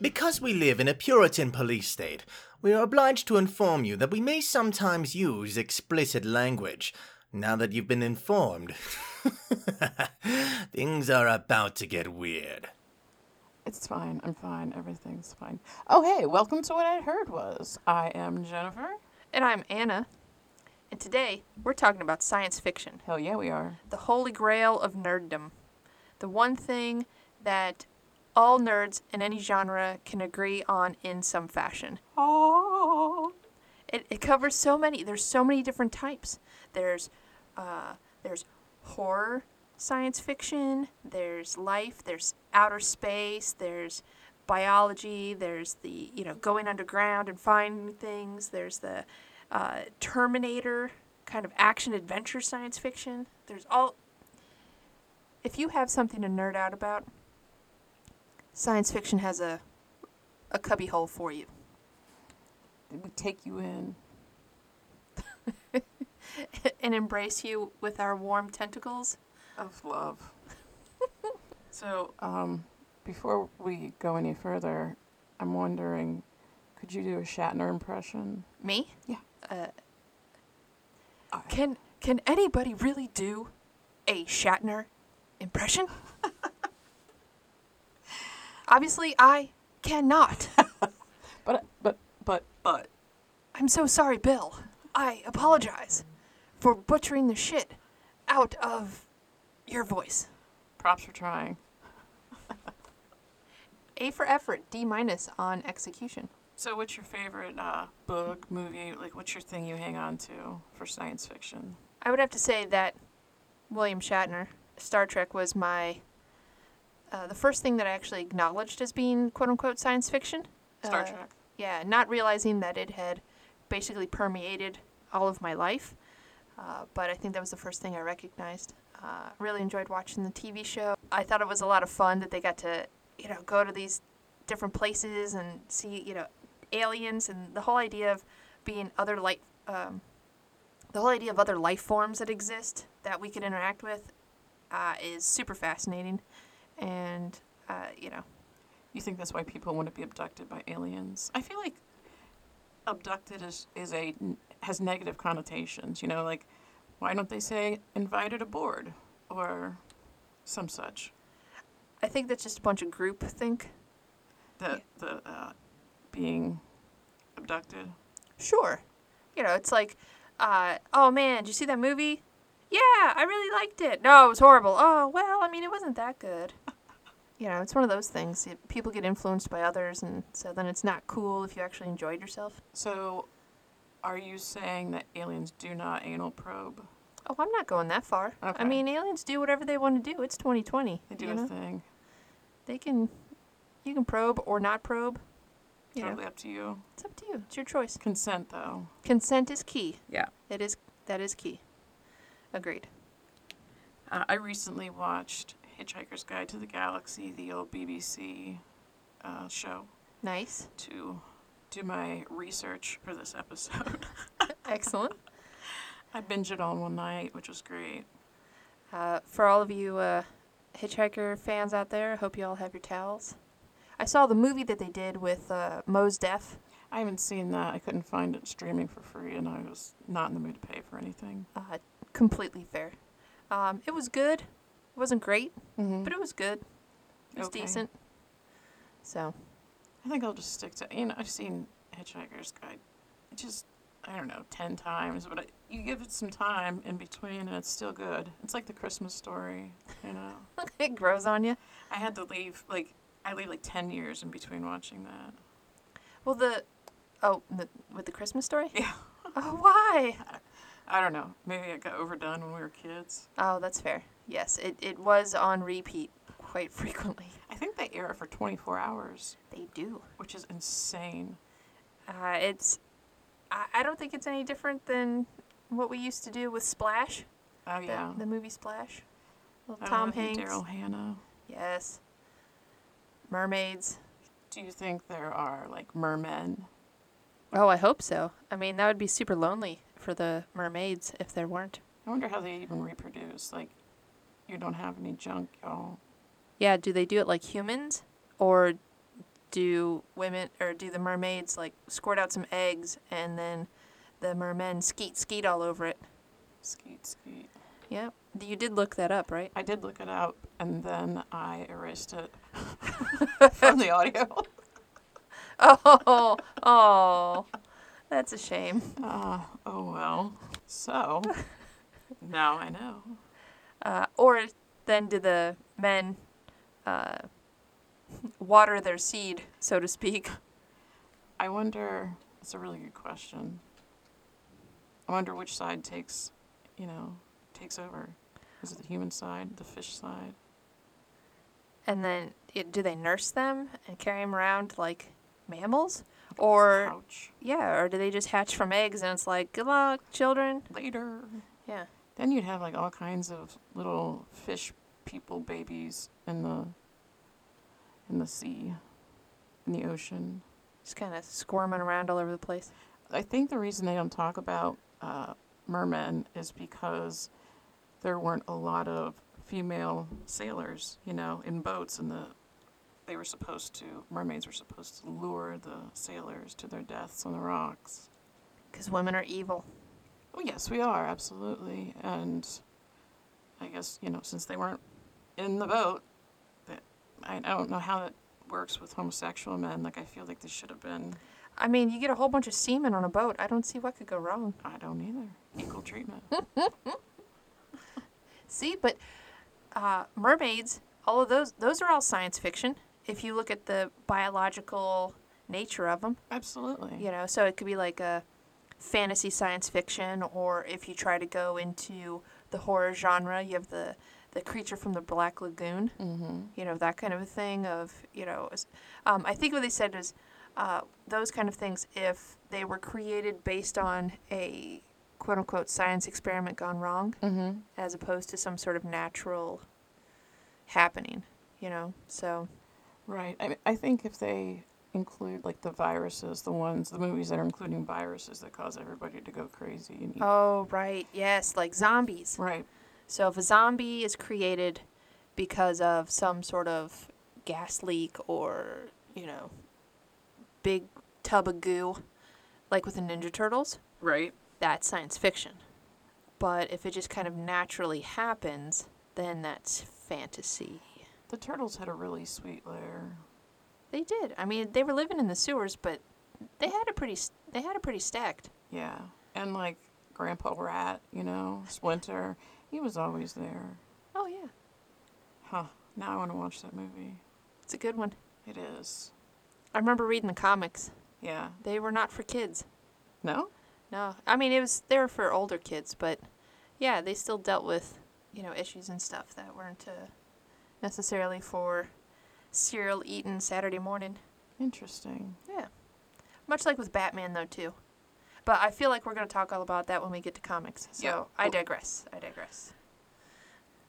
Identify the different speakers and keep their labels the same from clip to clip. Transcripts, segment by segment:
Speaker 1: Because we live in a Puritan police state, we are obliged to inform you that we may sometimes use explicit language. Now that you've been informed, things are about to get weird.
Speaker 2: It's fine. I'm fine. Everything's fine. Oh, hey, welcome to What I Heard Was. I am Jennifer.
Speaker 3: And I'm Anna. And today, we're talking about science fiction,
Speaker 2: Hell yeah, we are.
Speaker 3: the holy grail of nerddom. The one thing that all nerds in any genre can agree on in some fashion.
Speaker 2: Oh.
Speaker 3: It, it covers so many, there's so many different types. There's, uh, there's horror science fiction, there's life, there's outer space, there's biology, there's the, you know, going underground and finding things, there's the uh, Terminator kind of action adventure science fiction. There's all. If you have something to nerd out about, science fiction has a, a cubbyhole for you.
Speaker 2: Did we take you in?
Speaker 3: and embrace you with our warm tentacles.
Speaker 2: Of love.
Speaker 3: So,
Speaker 2: Um, before we go any further, I'm wondering, could you do a Shatner impression?
Speaker 3: me?
Speaker 2: Yeah.
Speaker 3: Uh,
Speaker 2: I-
Speaker 3: can can anybody really do a Shatner impression? Obviously, I cannot.
Speaker 2: But, but, but, but.
Speaker 3: I'm so sorry, Bill. I apologize for butchering the shit out of your voice.
Speaker 2: Props for trying.
Speaker 3: A for effort, D minus on execution.
Speaker 2: So, what's your favorite uh, book, movie? Like, what's your thing you hang on to for science fiction?
Speaker 3: I would have to say that William Shatner, Star Trek, was my uh, the first thing that I actually acknowledged as being quote unquote science fiction.
Speaker 2: Star
Speaker 3: Uh,
Speaker 2: Trek.
Speaker 3: Yeah, not realizing that it had basically permeated all of my life. Uh, but I think that was the first thing I recognized. Uh, really enjoyed watching the TV show. I thought it was a lot of fun that they got to, you know, go to these different places and see, you know, aliens and the whole idea of being other life, um, the whole idea of other life forms that exist that we could interact with uh, is super fascinating. And, uh, you know,
Speaker 2: You think that's why people want to be abducted by aliens? I feel like abducted is, is a has negative connotations. You know, like why don't they say invited aboard or some such?
Speaker 3: I think that's just a bunch of group think.
Speaker 2: The the uh, being abducted.
Speaker 3: Sure. You know, it's like, uh, oh man, did you see that movie? Yeah, I really liked it. No, it was horrible. Oh, well, I mean, it wasn't that good. You know, it's one of those things. It, people get influenced by others, and so then it's not cool if you actually enjoyed yourself.
Speaker 2: So, are you saying that aliens do not anal probe?
Speaker 3: Oh, I'm not going that far.
Speaker 2: Okay.
Speaker 3: I mean, aliens do whatever they want to do. It's 2020.
Speaker 2: They do
Speaker 3: you
Speaker 2: a
Speaker 3: know?
Speaker 2: thing.
Speaker 3: They can, you can probe or not probe. You know,
Speaker 2: Totally up to you.
Speaker 3: it's up to you. It's your choice.
Speaker 2: Consent though.
Speaker 3: Consent is key.
Speaker 2: Yeah.
Speaker 3: It is. That is key. Agreed.
Speaker 2: Uh, I recently watched Hitchhiker's Guide to the Galaxy, the old BBC uh, show,
Speaker 3: Nice.
Speaker 2: to do my research for this episode.
Speaker 3: Excellent.
Speaker 2: I binged it all in one night, which was great.
Speaker 3: Uh, for all of you uh, hitchhiker fans out there, I hope you all have your towels. I saw the movie that they did with uh, Mos Def.
Speaker 2: I haven't seen that. I couldn't find it streaming for free, and I was not in the mood to pay for anything.
Speaker 3: Uh, completely fair. Um, it was good. It wasn't great,
Speaker 2: Mm-hmm.
Speaker 3: but it was good. It was
Speaker 2: Okay.
Speaker 3: decent. So
Speaker 2: I think I'll just stick to. You know, I've seen Hitchhiker's Guide, just I don't know, ten times, but I, you give it some time in between, and it's still good. It's like the Christmas story, you know.
Speaker 3: it grows on you.
Speaker 2: I had to leave like I leave like ten years in between watching that.
Speaker 3: Well, the oh, the, with the Christmas story.
Speaker 2: Yeah.
Speaker 3: Oh, why?
Speaker 2: I don't know. Maybe it got overdone when we were kids.
Speaker 3: Oh, that's fair. Yes, it, it was on repeat quite frequently.
Speaker 2: I think they air it for twenty four hours,
Speaker 3: They do.
Speaker 2: which is insane.
Speaker 3: Uh, it's, I, I don't think it's any different than what we used to do with Splash,
Speaker 2: Oh
Speaker 3: the,
Speaker 2: yeah.
Speaker 3: the movie Splash. Little
Speaker 2: I
Speaker 3: Tom
Speaker 2: love you,
Speaker 3: Hanks.
Speaker 2: Daryl Hannah.
Speaker 3: Yes. Mermaids.
Speaker 2: Do you think there are like mermen?
Speaker 3: Oh, I hope so. I mean, that would be super lonely for the mermaids if there weren't.
Speaker 2: I wonder how they even reproduce. Like, you don't have any junk, y'all.
Speaker 3: Yeah, do they do it like humans, or do women or do the mermaids like squirt out some eggs and then the mermen skeet skeet all over it?
Speaker 2: Skeet, skeet.
Speaker 3: Yep. You did look that up, right?
Speaker 2: I did look it up and then I erased it from the audio.
Speaker 3: Oh, oh, that's a shame.
Speaker 2: Uh, oh well. So now I know.
Speaker 3: Uh, or then do the men uh, water their seed, so to speak?
Speaker 2: I wonder. It's a really good question. I wonder which side takes, you know, takes over. Is it the human side, the fish side?
Speaker 3: And then it, do they nurse them and carry them around like mammals? Or
Speaker 2: Ouch.
Speaker 3: yeah, or do they just hatch from eggs and it's like good luck, children?
Speaker 2: Later.
Speaker 3: Yeah.
Speaker 2: Then you'd have like all kinds of little fish people babies in the in the sea, in the ocean.
Speaker 3: Just kind of squirming around all over the place.
Speaker 2: I think the reason they don't talk about uh, mermen is because there weren't a lot of female sailors, you know, in boats, and the they were supposed to mermaids were supposed to lure the sailors to their deaths on the rocks.
Speaker 3: Because women are evil.
Speaker 2: Oh yes, we are absolutely, and I guess you know since they weren't in the boat, that I, I don't know how that works with homosexual men. Like I feel like they should have been.
Speaker 3: I mean, you get a whole bunch of semen on a boat. I don't see what could go wrong.
Speaker 2: I don't either. Equal treatment.
Speaker 3: See, but uh, mermaids, all of those, those are all science fiction. If you look at the biological nature of them,
Speaker 2: absolutely.
Speaker 3: you know, so it could be like a fantasy science fiction, or if you try to go into the horror genre, you have the the creature from the Black Lagoon,
Speaker 2: Mm-hmm.
Speaker 3: you know, that kind of a thing. Of you know, is- um, I think what they said is uh, those kind of things. If they were created based on a quote unquote science experiment gone wrong,
Speaker 2: Mm-hmm.
Speaker 3: as opposed to some sort of natural happening, you know. So
Speaker 2: Right. I, mean, I think if they include like the viruses, the ones, the movies that are including viruses that cause everybody to go crazy and eat.
Speaker 3: oh right, yes, like zombies.
Speaker 2: Right.
Speaker 3: So if a zombie is created because of some sort of gas leak or, you know, big tub of goo, like with the Ninja Turtles,
Speaker 2: Right.
Speaker 3: that's science fiction. But if it just kind of naturally happens, then that's fantasy.
Speaker 2: The turtles had a really sweet lair.
Speaker 3: They did. I mean, they were living in the sewers, but they had a pretty s- they had it pretty stacked.
Speaker 2: Yeah. And like Grandpa Rat, you know, Splinter, he was always there.
Speaker 3: Oh yeah,
Speaker 2: Huh. Now I want to watch that movie.
Speaker 3: it's a good one.
Speaker 2: It is.
Speaker 3: I remember reading the comics.
Speaker 2: Yeah.
Speaker 3: They were not for kids.
Speaker 2: No?
Speaker 3: No, I mean it was they were for older kids, but yeah, they still dealt with you know issues and stuff that weren't uh, necessarily for cereal eaten Saturday morning.
Speaker 2: Interesting.
Speaker 3: Yeah, much like with Batman though too. But I feel like we're gonna talk all about that when we get to comics. So
Speaker 2: Yeah.
Speaker 3: I digress. I digress.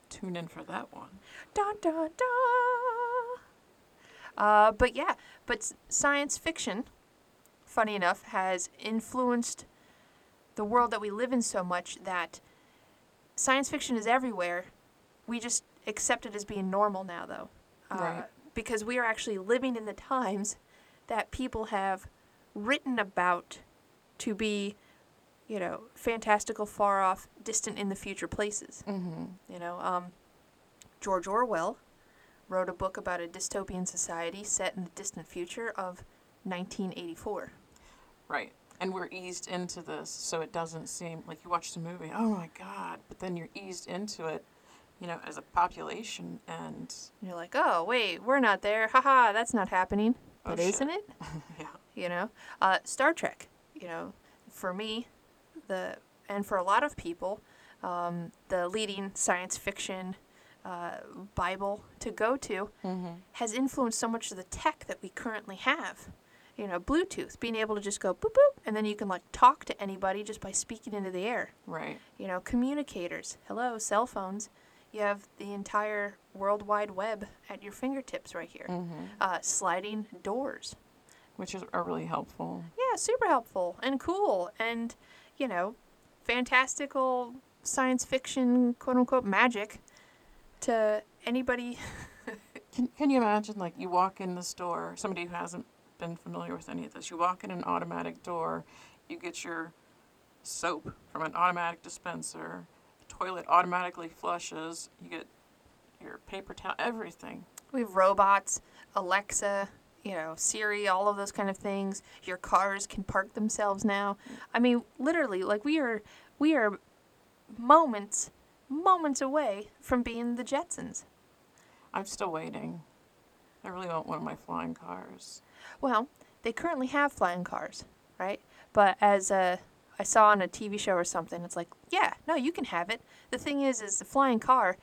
Speaker 2: Tune in for that one.
Speaker 3: Dun dun dun. Uh, but yeah, but s- science fiction, funny enough, has influenced the world that we live in so much that science fiction is everywhere. We just accept it as being normal now, though, uh,
Speaker 2: Right.
Speaker 3: because we are actually living in the times that people have written about to be, you know, fantastical, far off, distant in the future places.
Speaker 2: Mm-hmm.
Speaker 3: You know, um, George Orwell wrote a book about a dystopian society set in the distant future of 1984.
Speaker 2: Right. And we're eased into this, so it doesn't seem like you watch the movie, oh my God, but then you're eased into it, you know, as a population. And
Speaker 3: And you're like, oh, wait, we're not there. Haha, that's not happening.
Speaker 2: Oh,
Speaker 3: But
Speaker 2: shit.
Speaker 3: isn't it?
Speaker 2: yeah,
Speaker 3: You know? Uh, Star Trek, you know, for me, the and for a lot of people, um, the leading science fiction uh, Bible to go to
Speaker 2: Mm-hmm.
Speaker 3: has influenced so much of the tech that we currently have. You know, Bluetooth, being able to just go boop boop, and then you can like talk to anybody just by speaking into the air.
Speaker 2: right.
Speaker 3: You know, communicators, hello, cell phones. You have the entire World Wide Web at your fingertips right here. Uh, sliding doors.
Speaker 2: Which is, are really helpful.
Speaker 3: Yeah, super helpful and cool and, you know, fantastical science fiction, quote unquote, magic to anybody
Speaker 2: Can, can you imagine, like, you walk in the store, somebody who hasn't been familiar with any of this, you walk in an automatic door, you get your soap from an automatic dispenser, the toilet automatically flushes, you get your paper towel, everything.
Speaker 3: We have robots, Alexa, you know, Siri, all of those kind of things. Your cars can park themselves now. I mean, literally, like we are we are moments moments away from being the Jetsons.
Speaker 2: I'm still waiting. I really want one of my flying cars.
Speaker 3: Well, they currently have flying cars, right? But as uh, I saw on a TV show or something, it's like, yeah, no, you can have it. The thing is, is the flying car,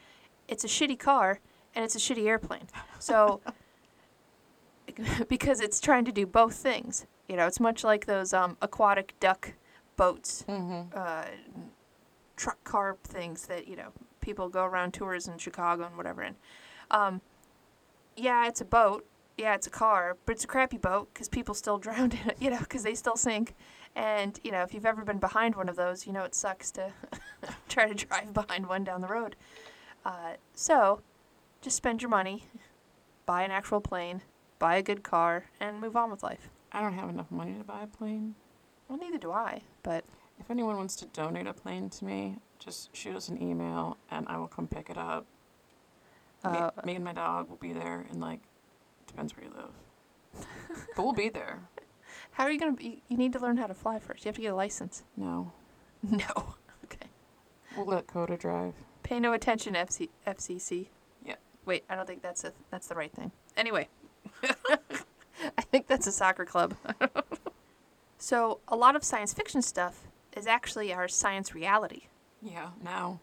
Speaker 3: it's a shitty car and it's a shitty airplane. So, because it's trying to do both things, you know, it's much like those um, aquatic duck boats, uh, truck car things that you know people go around tours in Chicago and whatever in. Um, yeah, it's a boat. Yeah, it's a car, but it's a crappy boat because people still drown in it, you know, because they still sink. And, you know, if you've ever been behind one of those, you know it sucks to try to drive behind one down the road. Uh, so, just spend your money, buy an actual plane, buy a good car, and move on with life.
Speaker 2: I don't have enough money to buy a plane.
Speaker 3: Well, neither do I, but
Speaker 2: If anyone wants to donate a plane to me, just shoot us an email and I will come pick it up. Me-
Speaker 3: Uh,
Speaker 2: me, and my dog will be there, and like, depends where you live. but we'll be there.
Speaker 3: how are you going to be? You need to learn how to fly first. You have to get a license.
Speaker 2: No,
Speaker 3: No. Okay.
Speaker 2: we'll let Coda drive.
Speaker 3: Pay no attention, FC- FCC.
Speaker 2: Yeah.
Speaker 3: Wait, I don't think that's a, that's the right thing. Anyway, I think that's a soccer club. so a lot of science fiction stuff is actually our science reality,
Speaker 2: Yeah, now.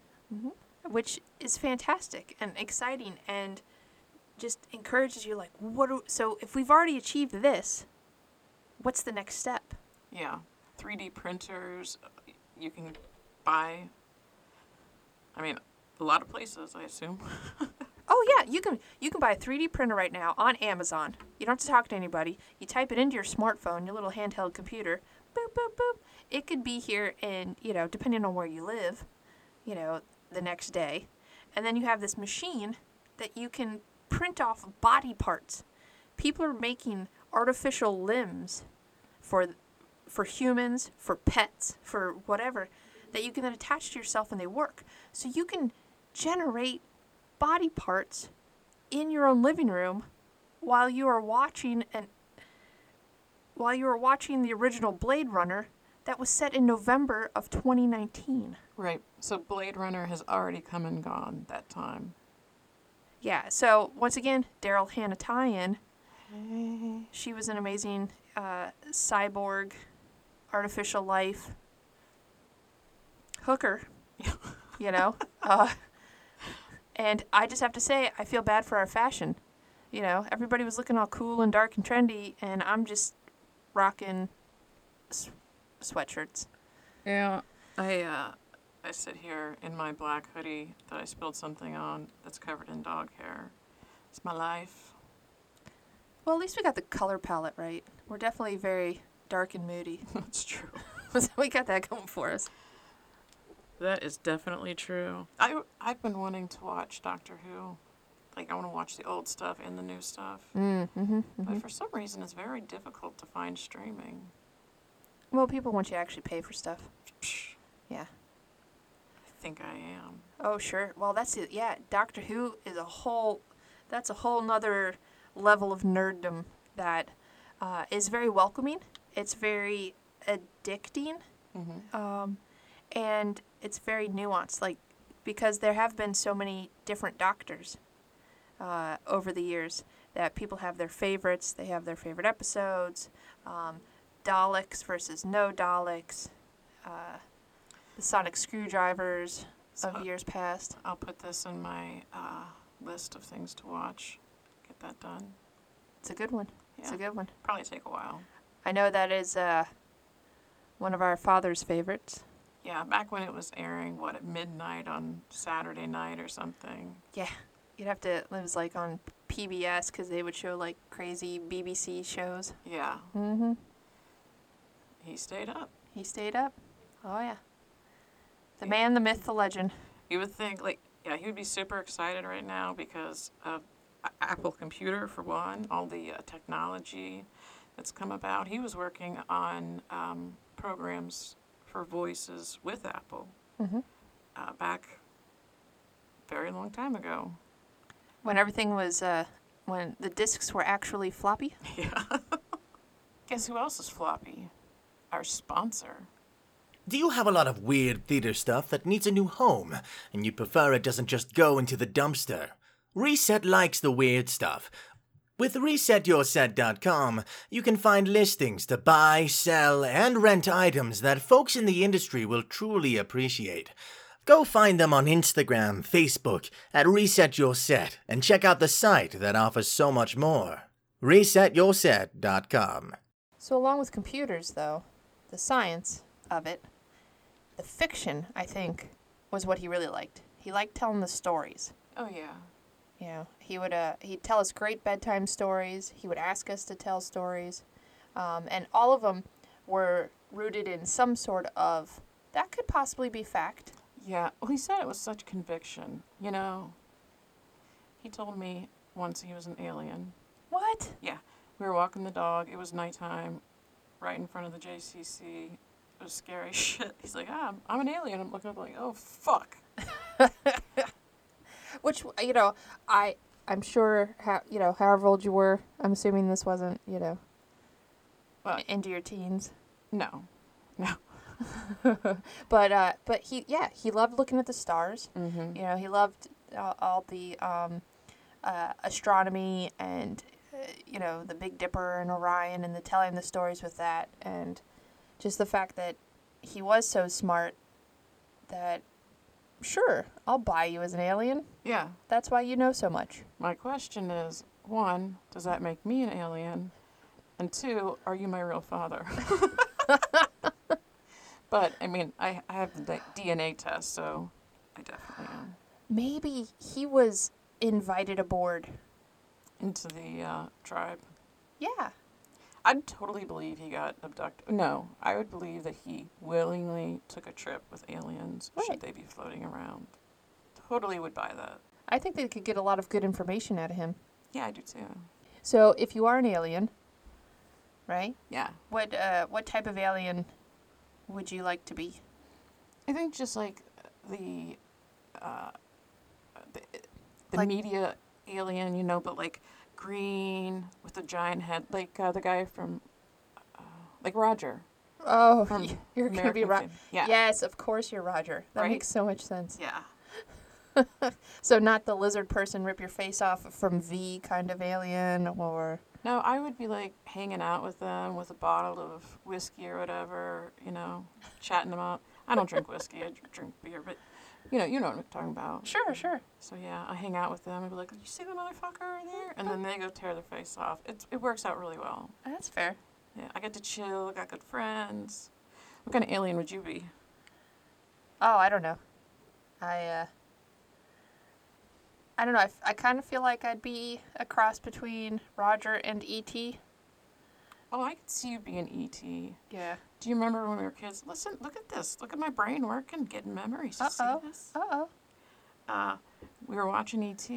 Speaker 3: which is fantastic and exciting and just encourages you like what do, so if we've already achieved this what's the next step
Speaker 2: Yeah, 3D printers. uh, y- You can buy. I mean, a lot of places, I assume.
Speaker 3: oh yeah you can you can buy a 3d printer right now on amazon you don't have to talk to anybody you type it into your smartphone your little handheld computer boop boop boop it could be here in you know depending on where you live you know the next day and then you have this machine that you can print off body parts people are making artificial limbs for for humans, for pets, for whatever that you can then attach to yourself and they work. So you can generate body parts in your own living room while you are watching an while you are watching the original Blade Runner that was set in November of 2019.
Speaker 2: Right. So Blade Runner has already come and gone that time.
Speaker 3: Yeah, so once again, Daryl Hannah tie-in. She was an amazing uh, cyborg, artificial life hooker, you know. uh, and I just have to say, I feel bad for our fashion. You know, everybody was looking all cool and dark and trendy, and I'm just rocking s- sweatshirts.
Speaker 2: Yeah. I uh, I sit here in my black hoodie that I spilled something on that's covered in dog hair. It's my life.
Speaker 3: Well, at least we got the color palette right. We're definitely very dark and moody.
Speaker 2: That's true.
Speaker 3: so we got that going for us.
Speaker 2: That is definitely true. I I've been wanting to watch Doctor Who. Like I want to watch the old stuff and the new stuff. Mm, mm-hmm, But for some reason, it's very difficult to find streaming.
Speaker 3: Well, people want you to actually pay for stuff.
Speaker 2: Psh,
Speaker 3: Yeah.
Speaker 2: I think I am.
Speaker 3: Oh, sure. Well, that's it. Yeah, Doctor Who is a whole. That's a whole nother level of nerddom that uh, is very welcoming. It's very addicting, um, and it's very nuanced. Like because there have been so many different doctors uh, over the years that people have their favorites. They have their favorite episodes. Um, Daleks versus no Daleks. Uh, the sonic screwdrivers
Speaker 2: So-
Speaker 3: of years past.
Speaker 2: I'll put this in my uh, list of things to watch. Get that done.
Speaker 3: It's a good one. It's a
Speaker 2: Yeah.
Speaker 3: good one.
Speaker 2: Probably take a while.
Speaker 3: I know that is uh, one of our father's favorites.
Speaker 2: Yeah, back when it was airing, what at midnight on Saturday night or something.
Speaker 3: Yeah, you'd have to. It was like on PBS because they would show like crazy BBC shows.
Speaker 2: Yeah,
Speaker 3: Mm-hmm.
Speaker 2: he stayed up.
Speaker 3: He stayed up. Oh yeah. The
Speaker 2: Yeah.
Speaker 3: man, the myth, the legend.
Speaker 2: You would think like yeah, he would be super excited right now because of A- Apple computer for one, all the uh, technology that's come about. He was working on um, programs for voices with Apple uh, back very long time ago.
Speaker 3: When everything was, uh, when the discs were actually floppy.
Speaker 2: Yeah. Guess who else is floppy? Our sponsor.
Speaker 1: Do you have a lot of weird theater stuff that needs a new home, and you prefer it doesn't just go into the dumpster? Reset likes the weird stuff. With resetyourset.com, you can find listings to buy, sell, and rent items that folks in the industry will truly appreciate. Go find them on Instagram, Facebook, at Reset Your Set, and check out the site that offers so much more. ResetYourSet.com.
Speaker 3: So, along with computers, though, the science of it, the fiction, I think, was what he really liked. He liked telling the stories.
Speaker 2: Oh, yeah.
Speaker 3: You know, he would uh, he'd tell us great bedtime stories. He would ask us to tell stories, um, and all of them were rooted in some sort of that could possibly be fact.
Speaker 2: Yeah. Well, he said it with such conviction. You know, he told me once he was an alien.
Speaker 3: What?
Speaker 2: Yeah. We were walking the dog. It was nighttime, right in front of the JCC. It was scary shit. He's like, ah, I'm, I'm an alien. I'm looking up like, oh, fuck.
Speaker 3: Which you know, I I'm sure how you know however old you were. I'm assuming this wasn't you know
Speaker 2: Well,
Speaker 3: into your teens.
Speaker 2: no. No.
Speaker 3: But uh, but he yeah he loved looking at the stars. You know he loved uh, all the um, uh, astronomy and uh, you know the Big Dipper and Orion and the telling the stories with that and just the fact that he was so smart that sure I'll buy you as an alien.
Speaker 2: Yeah.
Speaker 3: That's why you know so much.
Speaker 2: My question is one, does that make me an alien? And two, are you my real father? but I mean, I, I have the D- DNA test, so I definitely am
Speaker 3: Maybe he was invited aboard.
Speaker 2: into the uh, tribe.
Speaker 3: Yeah.
Speaker 2: I'd totally believe he got abducted. No, I would believe that he willingly took a trip with aliens
Speaker 3: Right.
Speaker 2: should they be floating around. Totally would buy that.
Speaker 3: I think they could get a lot of good information out of him.
Speaker 2: Yeah, I do too.
Speaker 3: So if you are an alien, right?
Speaker 2: Yeah.
Speaker 3: What uh, what type of alien would you like to be?
Speaker 2: I think just like the uh, the, the
Speaker 3: Like-
Speaker 2: media alien, you know, but like green with a giant head, like uh, the guy from uh, like Roger.
Speaker 3: Oh,
Speaker 2: From
Speaker 3: y- you're gonna be
Speaker 2: American
Speaker 3: Roger.
Speaker 2: Fam- yeah.
Speaker 3: Yes, of course you're Roger. That
Speaker 2: Right?
Speaker 3: makes so much sense.
Speaker 2: Yeah.
Speaker 3: So not the lizard person rip your face off from V kind of alien or
Speaker 2: No, I would be like hanging out with them with a bottle of whiskey or whatever, you know, chatting them up. I don't drink whiskey. I dr- drink beer, but you know, you know what I'm talking about.
Speaker 3: Sure, sure.
Speaker 2: So yeah, I hang out with them and be like, "You see the motherfucker over there?" And then they go tear their face off. It's, it works out really well.
Speaker 3: That's fair.
Speaker 2: Yeah, I get to chill. I got good friends. What kind of alien would you be?
Speaker 3: Oh, I don't know. I uh I don't know. I, f- I kind of feel like I'd be a cross between Roger and E E.T.
Speaker 2: Oh, I could see you being ET. Do
Speaker 3: Yeah.
Speaker 2: you remember when we were kids? Listen, look at this. Look at my brain working, getting memories. You
Speaker 3: Uh
Speaker 2: see
Speaker 3: oh.
Speaker 2: this?
Speaker 3: Uh oh.
Speaker 2: Uh, we were watching ET,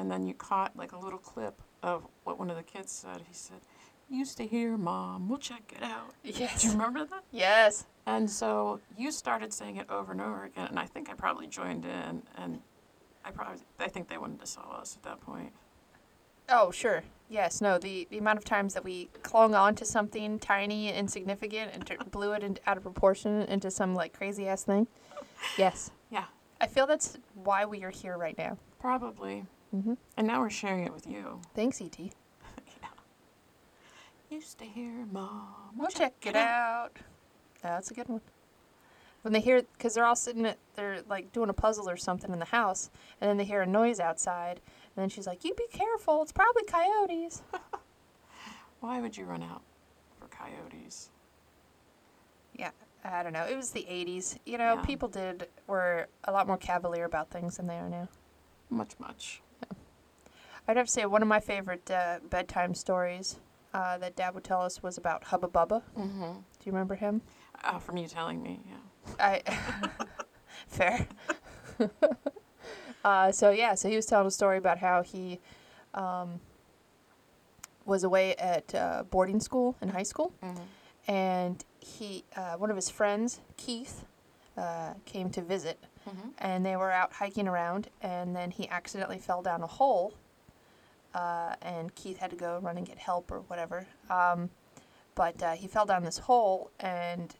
Speaker 2: and then you caught like a little clip of what one of the kids said. He said, "Used to hear mom. We'll check it out." Do you
Speaker 3: Yes.
Speaker 2: remember that?
Speaker 3: Yes.
Speaker 2: And so you started saying it over and over again, and I think I probably joined in, and I probably I think they wanted to sell us at that point.
Speaker 3: Oh, sure. Yes. No. The, the amount of times that we clung on to something tiny and insignificant and tur- blew it in, out of proportion into some like crazy ass thing. Yes.
Speaker 2: Yeah,
Speaker 3: I feel that's why we are here right now.
Speaker 2: Probably.
Speaker 3: Mhm.
Speaker 2: And now we're sharing it with you.
Speaker 3: Thanks, E ET.
Speaker 2: Used to hear mom.
Speaker 3: We'll check it out. That's a good one. When they hear, because they're all sitting at, they're like doing a puzzle or something in the house, and then they hear a noise outside, and then she's like, "You be careful! It's probably coyotes."
Speaker 2: Why would you run out for coyotes?
Speaker 3: Yeah, I don't know. It was the '80s. You know,
Speaker 2: Yeah.
Speaker 3: people did were a lot more cavalier about things than they are now.
Speaker 2: Much, much.
Speaker 3: I'd have to say one of my favorite uh, bedtime stories uh, that Dad would tell us was about Hubba Bubba.
Speaker 2: Mm-hmm.
Speaker 3: Do you remember him?
Speaker 2: Uh, from you telling me, yeah.
Speaker 3: I fair. uh, so yeah, so he was telling a story about how he was away at uh, boarding school in high school, and he uh, one of his friends Keith uh, came to visit, and they were out hiking around, and then he accidentally fell down a hole, uh, and Keith had to go run and get help or whatever. Um, but uh, he fell down this hole and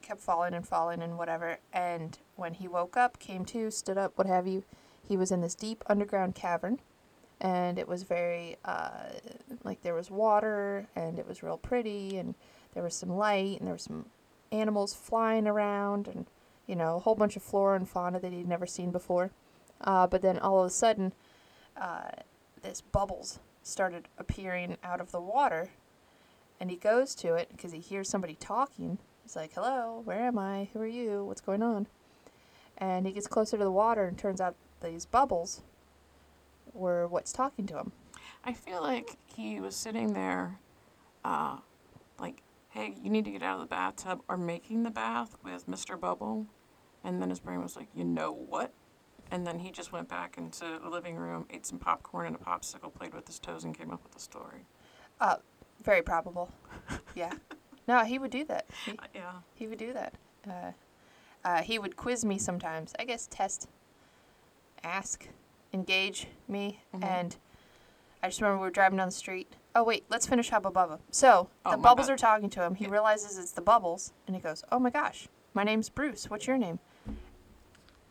Speaker 3: kept falling and falling and whatever. And when he woke up, came to, stood up, what have you, he was in this deep underground cavern. And it was very, uh, like, there was water and it was real pretty and there was some light and there were some animals flying around and, you know, a whole bunch of flora and fauna that he'd never seen before. Uh, but then all of a sudden, uh, this bubbles started appearing out of the water and he goes to it because he hears somebody talking. He's like, "Hello, where am I? Who are you? What's going on?" And he gets closer to the water, and turns out these bubbles were what's talking to him.
Speaker 2: I feel like he was sitting there, uh, like, hey, you need to get out of the bathtub or making the bath with Mr. Bubble. And then his brain was like, you know what? And then he just went back into the living room, ate some popcorn and a popsicle, played with his toes, and came up with a story.
Speaker 3: Uh, very probable. yeah. No, he would do that. He,
Speaker 2: Uh, Yeah.
Speaker 3: he would do that. Uh, uh, he would quiz me sometimes. I guess test, ask, engage me, and I just remember we were driving down the street. Oh wait, let's finish Hubba Bubba. So
Speaker 2: Oh,
Speaker 3: the
Speaker 2: my
Speaker 3: bubbles
Speaker 2: bad.
Speaker 3: are talking to him. He realizes it's the bubbles, and he goes, "Oh my gosh, my name's Bruce. What's your name?"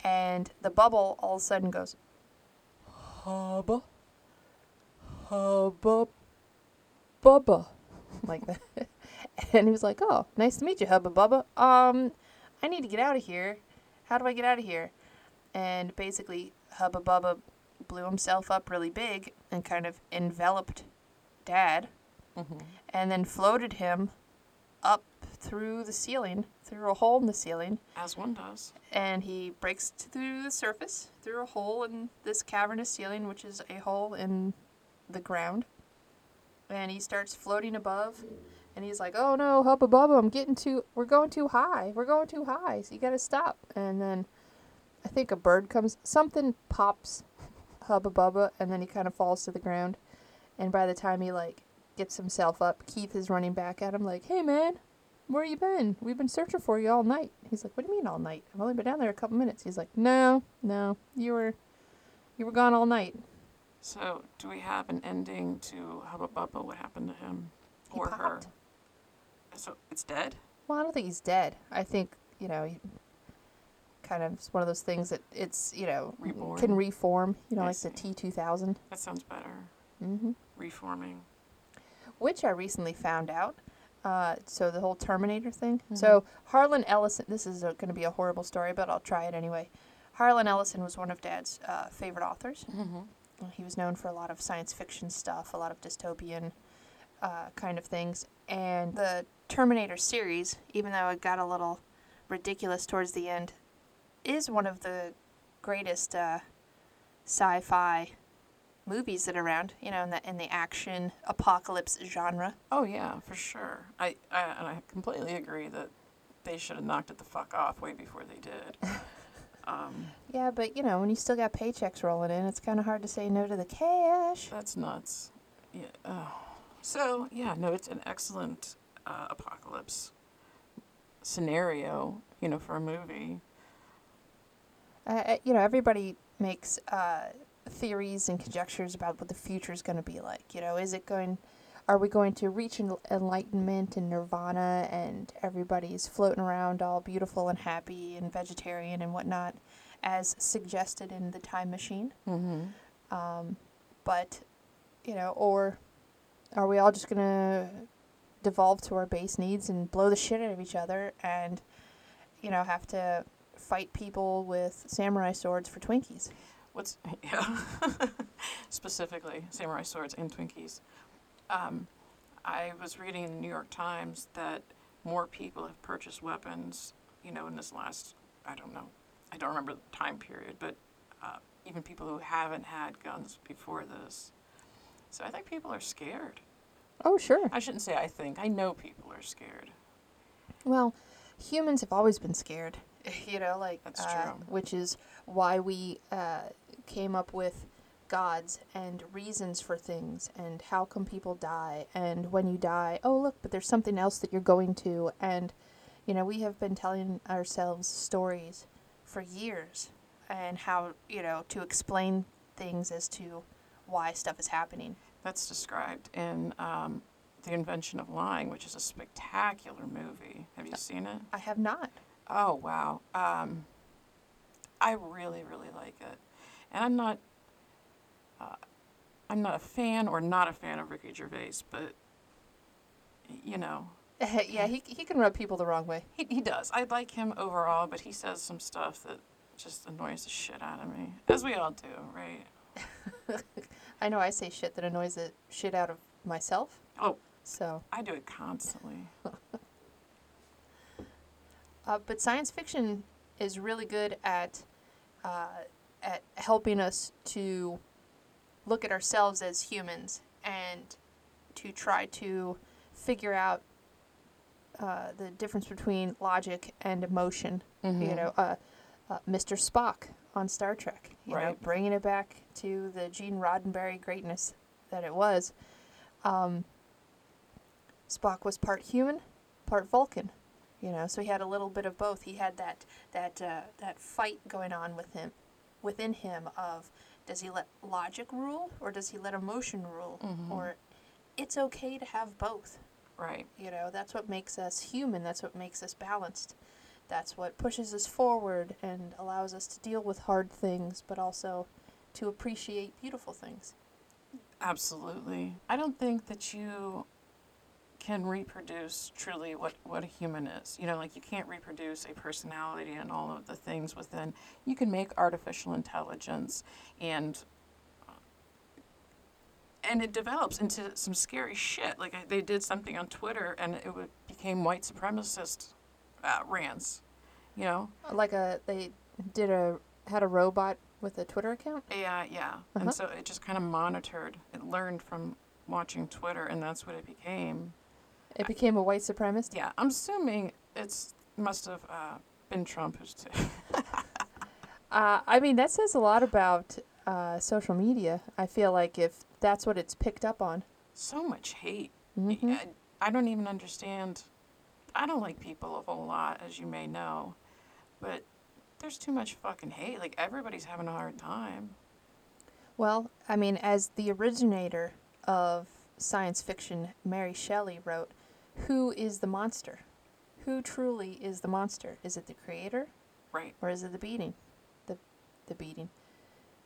Speaker 3: And the bubble all of a sudden goes, "Hubba, Hubba, Bubba," like that. and he was like, "Oh, nice to meet you, Hubba Bubba. Um, I need to get out of here. How do I get out of here?" And basically, Hubba Bubba blew himself up really big and kind of enveloped Dad, Mm-hmm. and then floated him up through the ceiling, through a hole in the ceiling,
Speaker 2: As one does.
Speaker 3: and he breaks t- through the surface, through a hole in this cavernous ceiling, which is a hole in the ground. And he starts floating above, and he's like, "Oh no, Hubba Bubba, I'm getting too. We're going too high. We're going too high. So you gotta stop." And then, I think a bird comes. Something pops, Hubba Bubba, and then he kind of falls to the ground. And by the time he like gets himself up, Keith is running back at him like, "Hey man, where you been? We've been searching for you all night. He's like, What do you mean all night? I've only been down there a couple minutes. He's like, No, no, you were you were gone all night.
Speaker 2: So, do we have an ending to Hubba Bubba? What happened to him
Speaker 3: He
Speaker 2: or her?
Speaker 3: popped.
Speaker 2: So, it's dead?
Speaker 3: Well, I don't think he's dead. I think, you know, he kind of it's one of those things that it's, you know,
Speaker 2: Reborn.
Speaker 3: Mm-hmm. can reform, you know,
Speaker 2: I
Speaker 3: like the T
Speaker 2: see.
Speaker 3: two thousand.
Speaker 2: That sounds better.
Speaker 3: Mm-hmm.
Speaker 2: Reforming.
Speaker 3: which I recently found out. Uh, so the whole Terminator thing. So Harlan Ellison. This is going to be a horrible story, but I'll try it anyway. Harlan Ellison was one of Dad's uh, favorite authors. Mm-hmm. He was known for a lot of science fiction stuff, a lot of dystopian uh, kind of things. And the Terminator series, even though it got a little ridiculous towards the end, is one of the greatest uh, sci-fi movies that are around. You know, in the in the action apocalypse genre.
Speaker 2: Oh yeah, for sure. I, I and I completely agree that they should have knocked it the fuck off way before they did. um,
Speaker 3: Yeah, but you know, when you still got paychecks rolling in, it's kind of hard to say no to the cash.
Speaker 2: that's nuts. Yeah. Oh. So yeah, no, it's an excellent uh, apocalypse scenario, you know, for a movie.
Speaker 3: Uh, uh, you know, everybody makes uh, theories and conjectures about what the future is going to be like. You know, is it going? Are we going to reach en- enlightenment and nirvana, and everybody's floating around all beautiful and happy and vegetarian and whatnot, as suggested in the Time Machine?
Speaker 2: Mm-hmm.
Speaker 3: but you know or are we all just gonna devolve to our base needs and blow the shit out of each other and you know have to fight people with samurai swords for twinkies
Speaker 2: What's yeah? Specifically, samurai swords and Twinkies. Um, I was reading in the New York Times that more people have purchased weapons. You know, in this last, I don't know, I don't remember the time period, but uh, even people who haven't had guns before this. So I think people are scared.
Speaker 3: oh sure
Speaker 2: I shouldn't say I think. I know people are scared.
Speaker 3: well humans have always been scared you know like
Speaker 2: That's
Speaker 3: uh,
Speaker 2: true.
Speaker 3: which is why we uh, came up with gods and reasons for things and how come people die and when you die oh look but there's something else that you're going to and you know we have been telling ourselves stories for years and how you know to explain things as to why stuff is happening
Speaker 2: That's described in um, The Invention of Lying, which is a spectacular movie. Have you seen it?
Speaker 3: i have not
Speaker 2: Oh, wow. Um, I really, really like it. And I'm not. Uh, I'm not a fan or not a fan of Ricky Gervais, but you know,
Speaker 3: yeah he, he can rub people the wrong way
Speaker 2: He, he does. I like him overall, but he says some stuff that just annoys the shit out of me, as we all do, right?
Speaker 3: i know i say shit that annoys the shit out of myself
Speaker 2: Oh,
Speaker 3: so
Speaker 2: I do it constantly.
Speaker 3: Uh, but science fiction is really good at uh, at helping us to look at ourselves as humans and to try to figure out uh, the difference between logic and emotion. You
Speaker 2: Mm-hmm.
Speaker 3: know, uh, uh, Mr. Spock on Star Trek. You know,
Speaker 2: Right.
Speaker 3: bringing it back to the Gene Roddenberry greatness that it was. Um, Spock was part human, part Vulcan. You know, so he had a little bit of both. He had that that uh, that fight going on with him, within him of does he let logic rule or does he let emotion rule? Or it's okay to have both.
Speaker 2: Right.
Speaker 3: You know, that's what makes us human. That's what makes us balanced. That's what pushes us forward and allows us to deal with hard things, but also to appreciate beautiful things.
Speaker 2: Absolutely. I don't think that you can reproduce truly what, what a human is. You know, like you can't reproduce a personality and all of the things within. You can make artificial intelligence and uh, and it develops into some scary shit. Like I, they did something on Twitter and it would, became white supremacist uh, rants. You know?
Speaker 3: Like a they did a had a robot with a Twitter account.
Speaker 2: Yeah, yeah. And so it just kind of monitored. It learned from watching Twitter and that's what it became.
Speaker 3: It became a white supremacist.
Speaker 2: Yeah, I'm assuming it's must have uh, been Trump who's t-
Speaker 3: Uh, I mean, that says a lot about uh, social media. I feel like if that's what it's picked up on,
Speaker 2: so much hate. I, I don't even understand. I don't like people a whole lot, as you may know, but there's too much fucking hate. Like everybody's having a hard time.
Speaker 3: well, I mean, as the originator of science fiction, Mary Shelley wrote, "Who is the monster? Who truly is the monster? Is it the creator,
Speaker 2: Right.
Speaker 3: or is it the beating? The, the beating.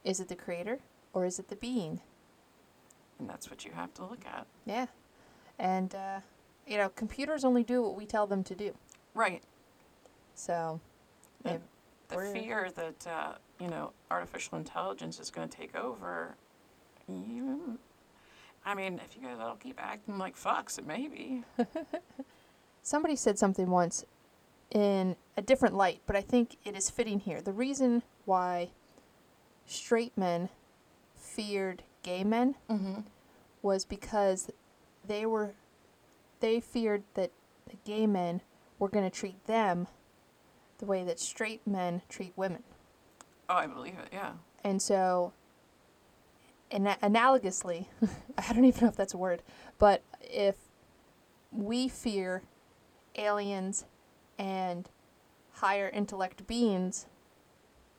Speaker 3: Is it the creator, or is it the being?
Speaker 2: And that's what you have to look at.
Speaker 3: Yeah, and uh, you know, computers only do what we tell them to do.
Speaker 2: Right.
Speaker 3: So,
Speaker 2: Yeah.
Speaker 3: if-
Speaker 2: The
Speaker 3: We're-
Speaker 2: fear that uh, you know artificial intelligence is going to take over. You, I mean, if you guys all keep acting like fucks, it may be.
Speaker 3: somebody said something once in a different light, but I think it is fitting here. The reason why straight men feared gay men was because they were they feared that the gay men were going to treat them the way that straight men treat women.
Speaker 2: Oh, I believe it. Yeah.
Speaker 3: And so, ana analogously, I don't even know if that's a word, but if we fear aliens and higher intellect beings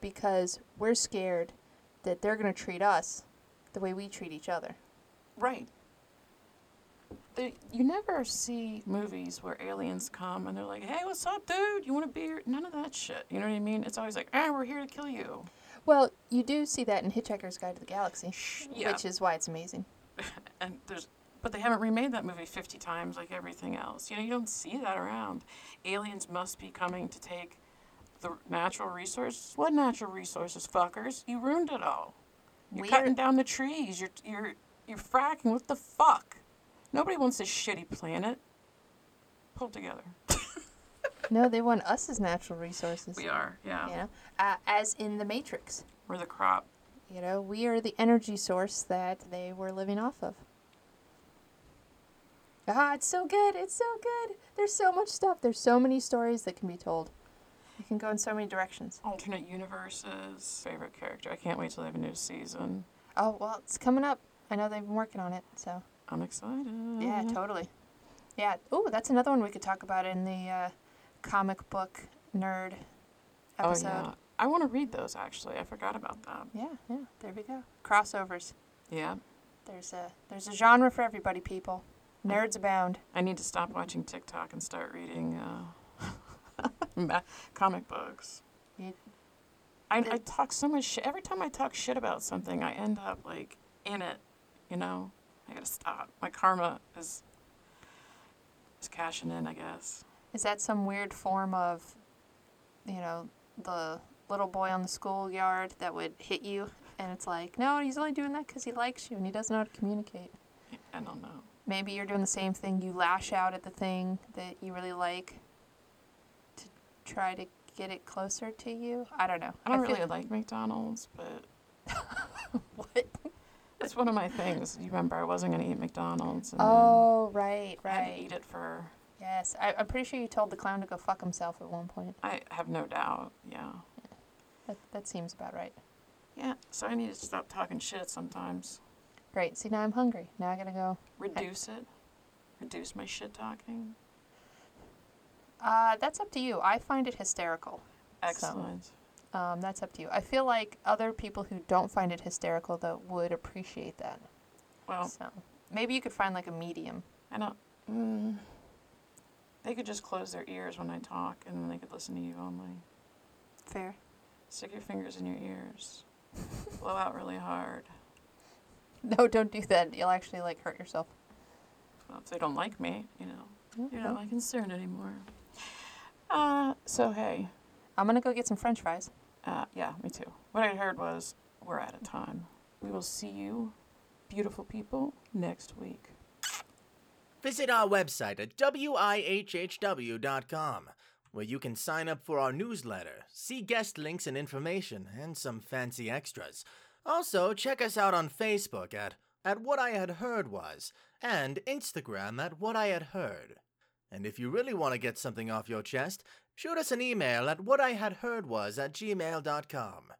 Speaker 3: because we're scared that they're going to treat us the way we treat each other.
Speaker 2: Right. They, you never see movies where aliens come and they're like, "Hey, what's up, dude? You want a beer?" None of that shit. You know what I mean? It's always like, "Ah, we're here to kill you."
Speaker 3: Well, you do see that in Hitchhiker's Guide to the Galaxy,
Speaker 2: yeah.
Speaker 3: which is why it's amazing.
Speaker 2: And there's, but they haven't remade that movie fifty times like everything else. You know, you don't see that around. Aliens must be coming to take the natural resources. What natural resources, fuckers? You ruined it all. You're
Speaker 3: We
Speaker 2: cutting
Speaker 3: are-
Speaker 2: down the trees. You're you're you're fracking. What the fuck? Nobody wants this shitty planet. Pull together.
Speaker 3: No, they want us as natural resources.
Speaker 2: We are, yeah.
Speaker 3: You know, uh, as in The Matrix.
Speaker 2: We're the crop.
Speaker 3: You know, we are the energy source that they were living off of. Ah, it's so good. It's so good. There's so much stuff. There's so many stories that can be told. You can go in so many directions.
Speaker 2: Alternate universes. Favorite character. I can't wait till they have a new season.
Speaker 3: Oh well, it's coming up. I know they've been working on it, so
Speaker 2: I'm excited.
Speaker 3: yeah, totally. Yeah. Ooh, that's another one we could talk about in the uh, comic book nerd
Speaker 2: Oh
Speaker 3: episode.
Speaker 2: yeah. I want to read those actually. I forgot about that.
Speaker 3: yeah. yeah, There we go. Crossovers.
Speaker 2: Yeah.
Speaker 3: There's a there's a genre for everybody, people. Nerds abound.
Speaker 2: I need to stop watching TikTok and start reading uh, ma- comic books.
Speaker 3: You-
Speaker 2: I, I talk so much shit. Every time I talk shit about something, I end up like in it. You know, I gotta stop. My karma is is cashing in, I guess.
Speaker 3: Is that some weird form of, you know, the little boy on the schoolyard that would hit you? And it's like, no, he's only doing that because he likes you and he doesn't know how to communicate.
Speaker 2: I don't know.
Speaker 3: Maybe you're doing the same thing. You lash out at the thing that you really like to try to get it closer to you. I don't know.
Speaker 2: I don't
Speaker 3: feel-
Speaker 2: really like McDonald's, but
Speaker 3: What?
Speaker 2: it's one of my things. You remember, I wasn't gonna eat McDonald's, and
Speaker 3: Oh, right,
Speaker 2: then I had to
Speaker 3: right.
Speaker 2: eat it for.
Speaker 3: Yes. I, I'm pretty sure you told the clown to go fuck himself at one point.
Speaker 2: I have no doubt. Yeah.
Speaker 3: That, that seems about right.
Speaker 2: Yeah. So I need to stop talking shit sometimes.
Speaker 3: Great. See, now I'm hungry. Now I gotta go.
Speaker 2: Reduce it. Reduce my shit talking.
Speaker 3: Uh, that's up to you. I find it hysterical.
Speaker 2: Excellent.
Speaker 3: Um, that's up to you. I feel like other people who don't find it hysterical though would appreciate that.
Speaker 2: Well,
Speaker 3: So maybe you could find like a medium.
Speaker 2: I don't. Mm, they could just close their ears when I talk, and then they could listen to you only.
Speaker 3: Fair.
Speaker 2: Stick your fingers in your ears. Blow out really hard.
Speaker 3: No, don't do that. You'll actually like hurt yourself.
Speaker 2: Well, if they don't like me, you know, you're not my concern anymore. Uh, so hey,
Speaker 3: I'm gonna go get some French fries.
Speaker 2: uh, yeah, me too. What I heard was we're out of time. We will see you, beautiful people, next week.
Speaker 1: Visit our website at wihhw.com, where you can sign up for our newsletter, see guest links and information, and some fancy extras. Also, check us out on Facebook at, at What I Had Heard Was, and Instagram at What I Had Heard. And if you really want to get something off your chest, shoot us an email at whatiHadHeardWas at gmail.com.